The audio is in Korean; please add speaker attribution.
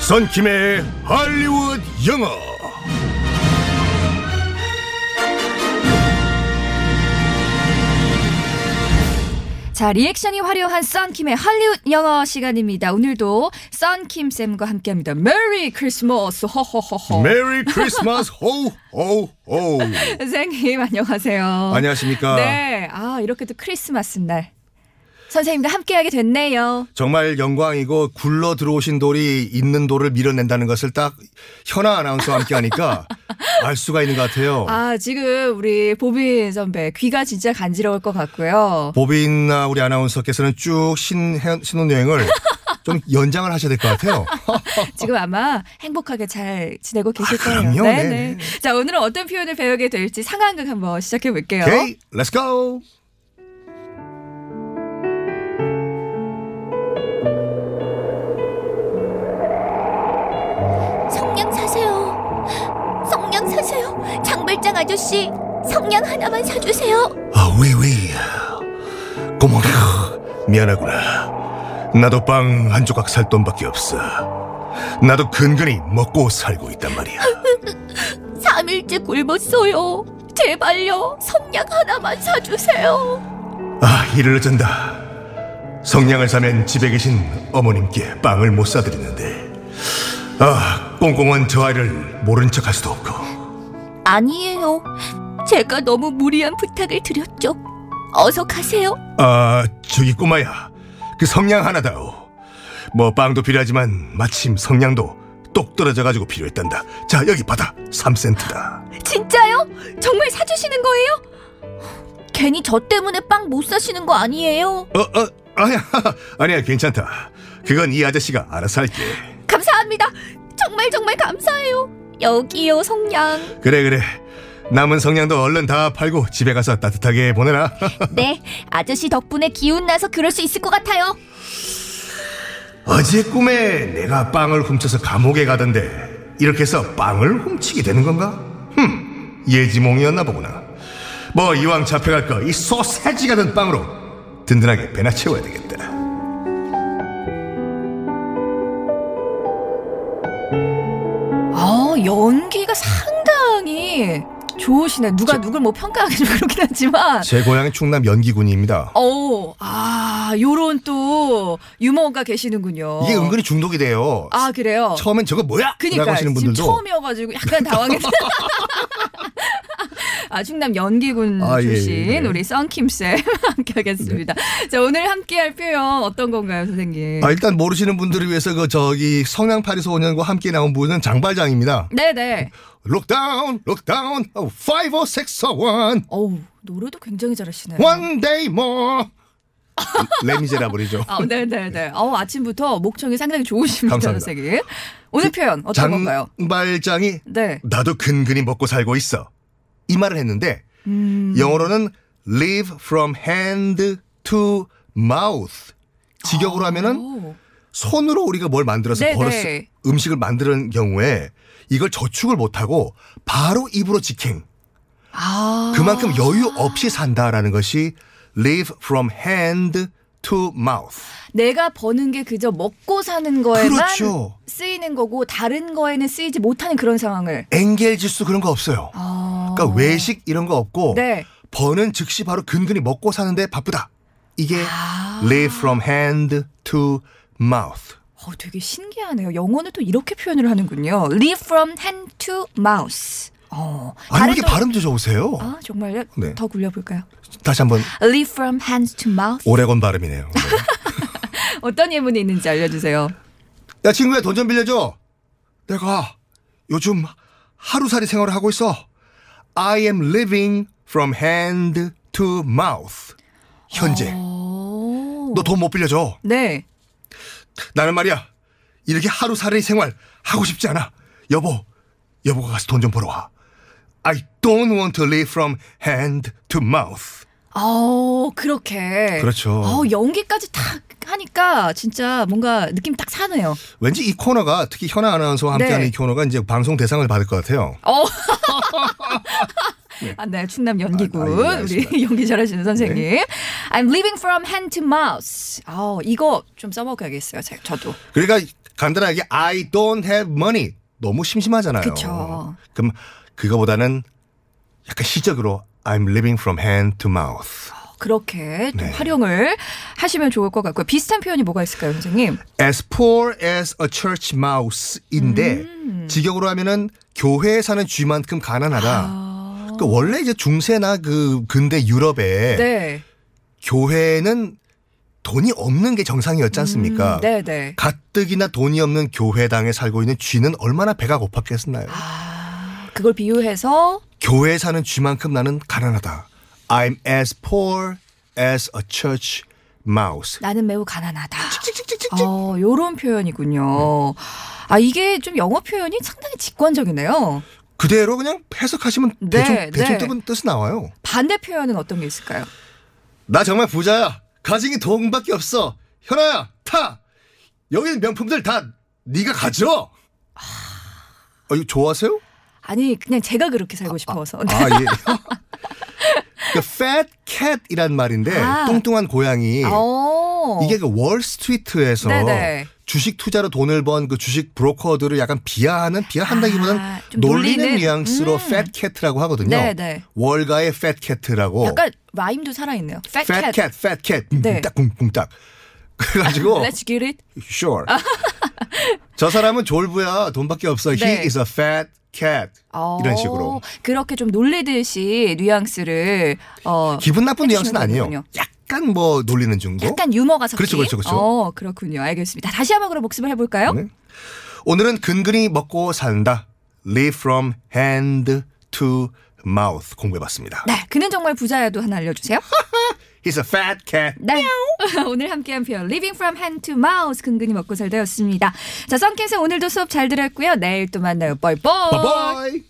Speaker 1: 선킴의 할리우드 영어.
Speaker 2: 자, 리액션이 화려한 썬킴의 할리우드 영어 시간입니다. 오늘도 썬킴 쌤과 함께합니다. 메리 크리스마스. 허허허허.
Speaker 1: 메리 크리스마스 호호호.
Speaker 2: 선생님 안녕하세요.
Speaker 1: 안녕하십니까?
Speaker 2: 네. 아, 이렇게 또 크리스마스 날 선생님과 함께하게 됐네요.
Speaker 1: 정말 영광이고 굴러 들어오신 돌이 있는 돌을 밀어낸다는 것을 딱 현아 아나운서와 함께 하니까 알 수가 있는 것 같아요.
Speaker 2: 아, 지금 우리 보빈 선배 귀가 진짜 간지러울 것 같고요.
Speaker 1: 보빈나 우리 아나운서께서는 쭉 신, 신혼여행을 좀 연장을 하셔야 될 것 같아요.
Speaker 2: 지금 아마 행복하게 잘 지내고 계실
Speaker 1: 아,
Speaker 2: 거예요.
Speaker 1: 그럼요.
Speaker 2: 네,
Speaker 1: 네네.
Speaker 2: 네. 자, 오늘은 어떤 표현을 배우게 될지 상황극 한번 시작해 볼게요.
Speaker 1: 오케이, 렛츠 고.
Speaker 3: 성냥 사세요. 성냥 사세요. 장발장 아저씨, 성냥 하나만 사주세요.
Speaker 1: 아, 위위. 고마워. 미안하구나. 나도 빵 한 조각 살 돈밖에 없어. 나도 근근히 먹고 살고 있단 말이야.
Speaker 3: 3일째 굶었어요. 제발요. 성냥 하나만 사주세요.
Speaker 1: 아, 일을 어쩐다. 성냥을 사면 집에 계신 어머님께 빵을 못 사드리는데. 아, 꽁꽁한 저 아이를 모른 척 할 수도 없고.
Speaker 3: 아니에요. 제가 너무 무리한 부탁을 드렸죠. 어서 가세요.
Speaker 1: 아, 저기 꼬마야. 그 성냥 하나다오. 뭐 빵도 필요하지만 마침 성냥도 똑 떨어져가지고 필요했단다. 자, 여기 받아. 3센트다.
Speaker 3: 진짜요? 정말 사주시는 거예요? 괜히 저 때문에 빵 못 사시는 거 아니에요?
Speaker 1: 어, 어, 아니야, 아니야, 괜찮다. 그건 이 아저씨가 알아서 할게.
Speaker 3: 감사합니다. 정말 정말 감사해요. 여기요, 성냥.
Speaker 1: 그래, 그래. 남은 성냥도 얼른 다 팔고 집에 가서 따뜻하게 보내라.
Speaker 3: 네, 아저씨 덕분에 기운 나서 그럴 수 있을 것 같아요.
Speaker 1: 어제 꿈에 내가 빵을 훔쳐서 감옥에 가던데 이렇게 해서 빵을 훔치게 되는 건가? 흠, 예지몽이었나 보구나. 뭐 이왕 잡혀갈 거 이 소세지 같은 빵으로 든든하게 배나 채워야 되겠다.
Speaker 2: 아, 연기가 상당히 좋으시네. 누가 누굴 뭐 평가하기 좀 그렇긴 하지만.
Speaker 1: 제 고향이 충남 연기군입니다.
Speaker 2: 어, 아, 요런 또 유머가 계시는군요.
Speaker 1: 이게 은근히 중독이 돼요.
Speaker 2: 아, 그래요?
Speaker 1: 처음엔 저거 뭐야? 라고
Speaker 2: 그니까
Speaker 1: 하시는
Speaker 2: 지금
Speaker 1: 분들도
Speaker 2: 처음이어가지고 약간 당황했어요. 아, 충남 연기군
Speaker 1: 아, 예,
Speaker 2: 출신
Speaker 1: 예, 예.
Speaker 2: 우리 썬킴쌤 함께하겠습니다. 자, 오늘 함께할 표현 어떤 건가요, 선생님?
Speaker 1: 아, 일단 모르시는 분들을 위해서 그 저기 성냥팔이 소년과 함께 나온 분은 장발장입니다.
Speaker 2: 네네.
Speaker 1: 록다운, 록다운, oh, 50641,
Speaker 2: 어우, 노래도 굉장히 잘하시네요.
Speaker 1: one day more. 레미제라블이죠.
Speaker 2: 아, 네네네. 어우, 아침부터 목청이 상당히 좋으십니다,
Speaker 1: 감사합니다. 그
Speaker 2: 선생님. 오늘 표현 어떤 건가요?
Speaker 1: 장발장이
Speaker 2: 네.
Speaker 1: 나도 근근히 먹고 살고 있어. 이 말을 했는데
Speaker 2: 음.
Speaker 1: 영어로는 live from hand to mouth. 직역으로 하면은
Speaker 2: 오.
Speaker 1: 손으로 우리가 뭘 만들어서
Speaker 2: 네네.
Speaker 1: 벌었 음식을 만드는 경우에 이걸 저축을 못하고 바로 입으로 직행.
Speaker 2: 아.
Speaker 1: 그만큼 여유 없이 산다라는 것이 live from hand to mouth.
Speaker 2: 내가 버는 게 그저 먹고 사는 거에만
Speaker 1: 그렇죠.
Speaker 2: 쓰이는 거고 다른 거에는 쓰이지 못하는 그런 상황을.
Speaker 1: 엥겔 지수 그런 거 없어요.
Speaker 2: 아.
Speaker 1: 그러니까 외식 이런 거 없고
Speaker 2: 네.
Speaker 1: 버는 즉시 바로 근근히 먹고 사는데 바쁘다. 이게
Speaker 2: 아.
Speaker 1: live from hand to mouth.
Speaker 2: 어, 되게 신기하네요. 영어는 또 이렇게 표현을 하는군요. Live from hand to mouth. 어.
Speaker 1: 아니 왜
Speaker 2: 다른
Speaker 1: 이렇게
Speaker 2: 또-
Speaker 1: 발음도 좋으세요?
Speaker 2: 아 정말요?
Speaker 1: 네.
Speaker 2: 더 굴려볼까요?
Speaker 1: 다시 한번
Speaker 2: Live from hand to mouth.
Speaker 1: 오레곤 발음이네요. 네.
Speaker 2: 어떤 예문이 있는지 알려주세요.
Speaker 1: 야 친구야 돈 좀 빌려줘. 내가 요즘 하루살이 생활을 하고 있어. I am living from hand to mouth. 현재
Speaker 2: 어. 오.
Speaker 1: 너 돈 못 빌려줘.
Speaker 2: 어. 네.
Speaker 1: 나는 말이야 이렇게 하루살이 생활 하고 싶지 않아. 여보 여보가 가서 돈 좀 벌어 와. I don't want to live from hand to mouth.
Speaker 2: 어 그렇게.
Speaker 1: 그렇죠.
Speaker 2: 어 연기까지 딱 하니까 진짜 뭔가 느낌 딱 사네요.
Speaker 1: 왠지 이 코너가 특히 현아 아나운서와 함께하는
Speaker 2: 네.
Speaker 1: 이 코너가 이제 방송 대상을 받을 것 같아요.
Speaker 2: 어. 아, 네, 충남 연기군
Speaker 1: 아, 아, 예,
Speaker 2: 우리
Speaker 1: 알겠습니다.
Speaker 2: 연기 잘하시는 선생님. 어, I'm living from hand to mouth. 아, 이거 좀 써먹어야겠어요. 제- 저도.
Speaker 1: 그러니까 간단하게 I don't have money 너무 심심하잖아요.
Speaker 2: 그쵸.
Speaker 1: 그럼 그거보다는 약간 시적으로 I'm living from hand to mouth.
Speaker 2: 그렇게 좀
Speaker 1: 네.
Speaker 2: 활용을 하시면 좋을 것 같고요. 비슷한 표현이 뭐가 있을까요, 선생님?
Speaker 1: As poor as a church mouse인데
Speaker 2: 음.
Speaker 1: 직역으로 하면은 교회에 사는 쥐만큼 가난하다.
Speaker 2: 아.
Speaker 1: 그 원래 이제 중세나 그 근대 유럽에
Speaker 2: 네.
Speaker 1: 교회는 돈이 없는 게 정상이었지 않습니까?
Speaker 2: 음, 네, 네.
Speaker 1: 가뜩이나 돈이 없는 교회당에 살고 있는 쥐는 얼마나 배가 고팠겠나요?
Speaker 2: 아, 그걸 비유해서
Speaker 1: 교회에 사는 쥐만큼 나는 가난하다. I'm as poor as a church mouse.
Speaker 2: 나는 매우 가난하다.
Speaker 1: 찍찍찍찍찍.
Speaker 2: 어, 요런 표현이군요. 아, 이게 좀 영어 표현이 상당히 직관적이네요.
Speaker 1: 그대로 그냥 해석하시면 대충
Speaker 2: 네,
Speaker 1: 대충
Speaker 2: 네.
Speaker 1: 뜻은 뜻이 나와요.
Speaker 2: 반대 표현은 어떤 게 있을까요?
Speaker 1: 나 정말 부자야. 가진 게 돈밖에 없어. 현아야 타. 여기 있는 명품들 다 네가 가져. 아, 이거 좋아하세요?
Speaker 2: 아니, 그냥 제가 그렇게 살고 싶어서.
Speaker 1: 아 예. 그 fat cat이란 말인데
Speaker 2: 아.
Speaker 1: 뚱뚱한 고양이.
Speaker 2: 어.
Speaker 1: 예. 이게 그 월스트리트에서
Speaker 2: 네네.
Speaker 1: 주식 투자로 돈을 번 그 주식 브로커들을 약간 비하하는 비하한다기보다는
Speaker 2: 아, 좀
Speaker 1: 놀리는,
Speaker 2: 놀리는?
Speaker 1: 뉘앙스로
Speaker 2: 음.
Speaker 1: fat cat라고 하거든요.
Speaker 2: 네네.
Speaker 1: 월가의 fat cat라고.
Speaker 2: 약간 라임도 살아있네요. Fat,
Speaker 1: 뭐? fat
Speaker 2: cat.
Speaker 1: cat, 뭐? fat cat, 음,
Speaker 2: 네.
Speaker 1: 쿵딱 쿵쿵딱. 그래가지고
Speaker 2: Let's get it.
Speaker 1: sure. 저 사람은 졸부야 돈밖에 없어.
Speaker 2: 네.
Speaker 1: He is a fat cat.
Speaker 2: 어,
Speaker 1: 이런 식으로
Speaker 2: 그렇게 좀 놀리듯이 뉘앙스를 어,
Speaker 1: 기분 나쁜
Speaker 2: 해주시면
Speaker 1: 뉘앙스는 아니에요.
Speaker 2: 되는군요.
Speaker 1: 약간 뭐 놀리는 정도.
Speaker 2: 약간 유머가 섞인.
Speaker 1: 그렇죠, 그렇죠, 그렇죠.
Speaker 2: 어, 그렇군요. 알겠습니다. 다시 한번 그럼 복습을 해볼까요?
Speaker 1: 네. 오늘은 근근히 먹고 산다. Live from hand to mouth 공부해봤습니다.
Speaker 2: 네, 그는 정말 부자야도 하나 알려주세요.
Speaker 1: He's a fat cat.
Speaker 2: 네. 오늘 함께한 표현 Living from hand to mouth 근근히 먹고 살다였습니다. 자, 썬캔스 오늘도 수업 잘 들었고요. 내일 또 만나요. 뻘뻘.
Speaker 1: Bye bye.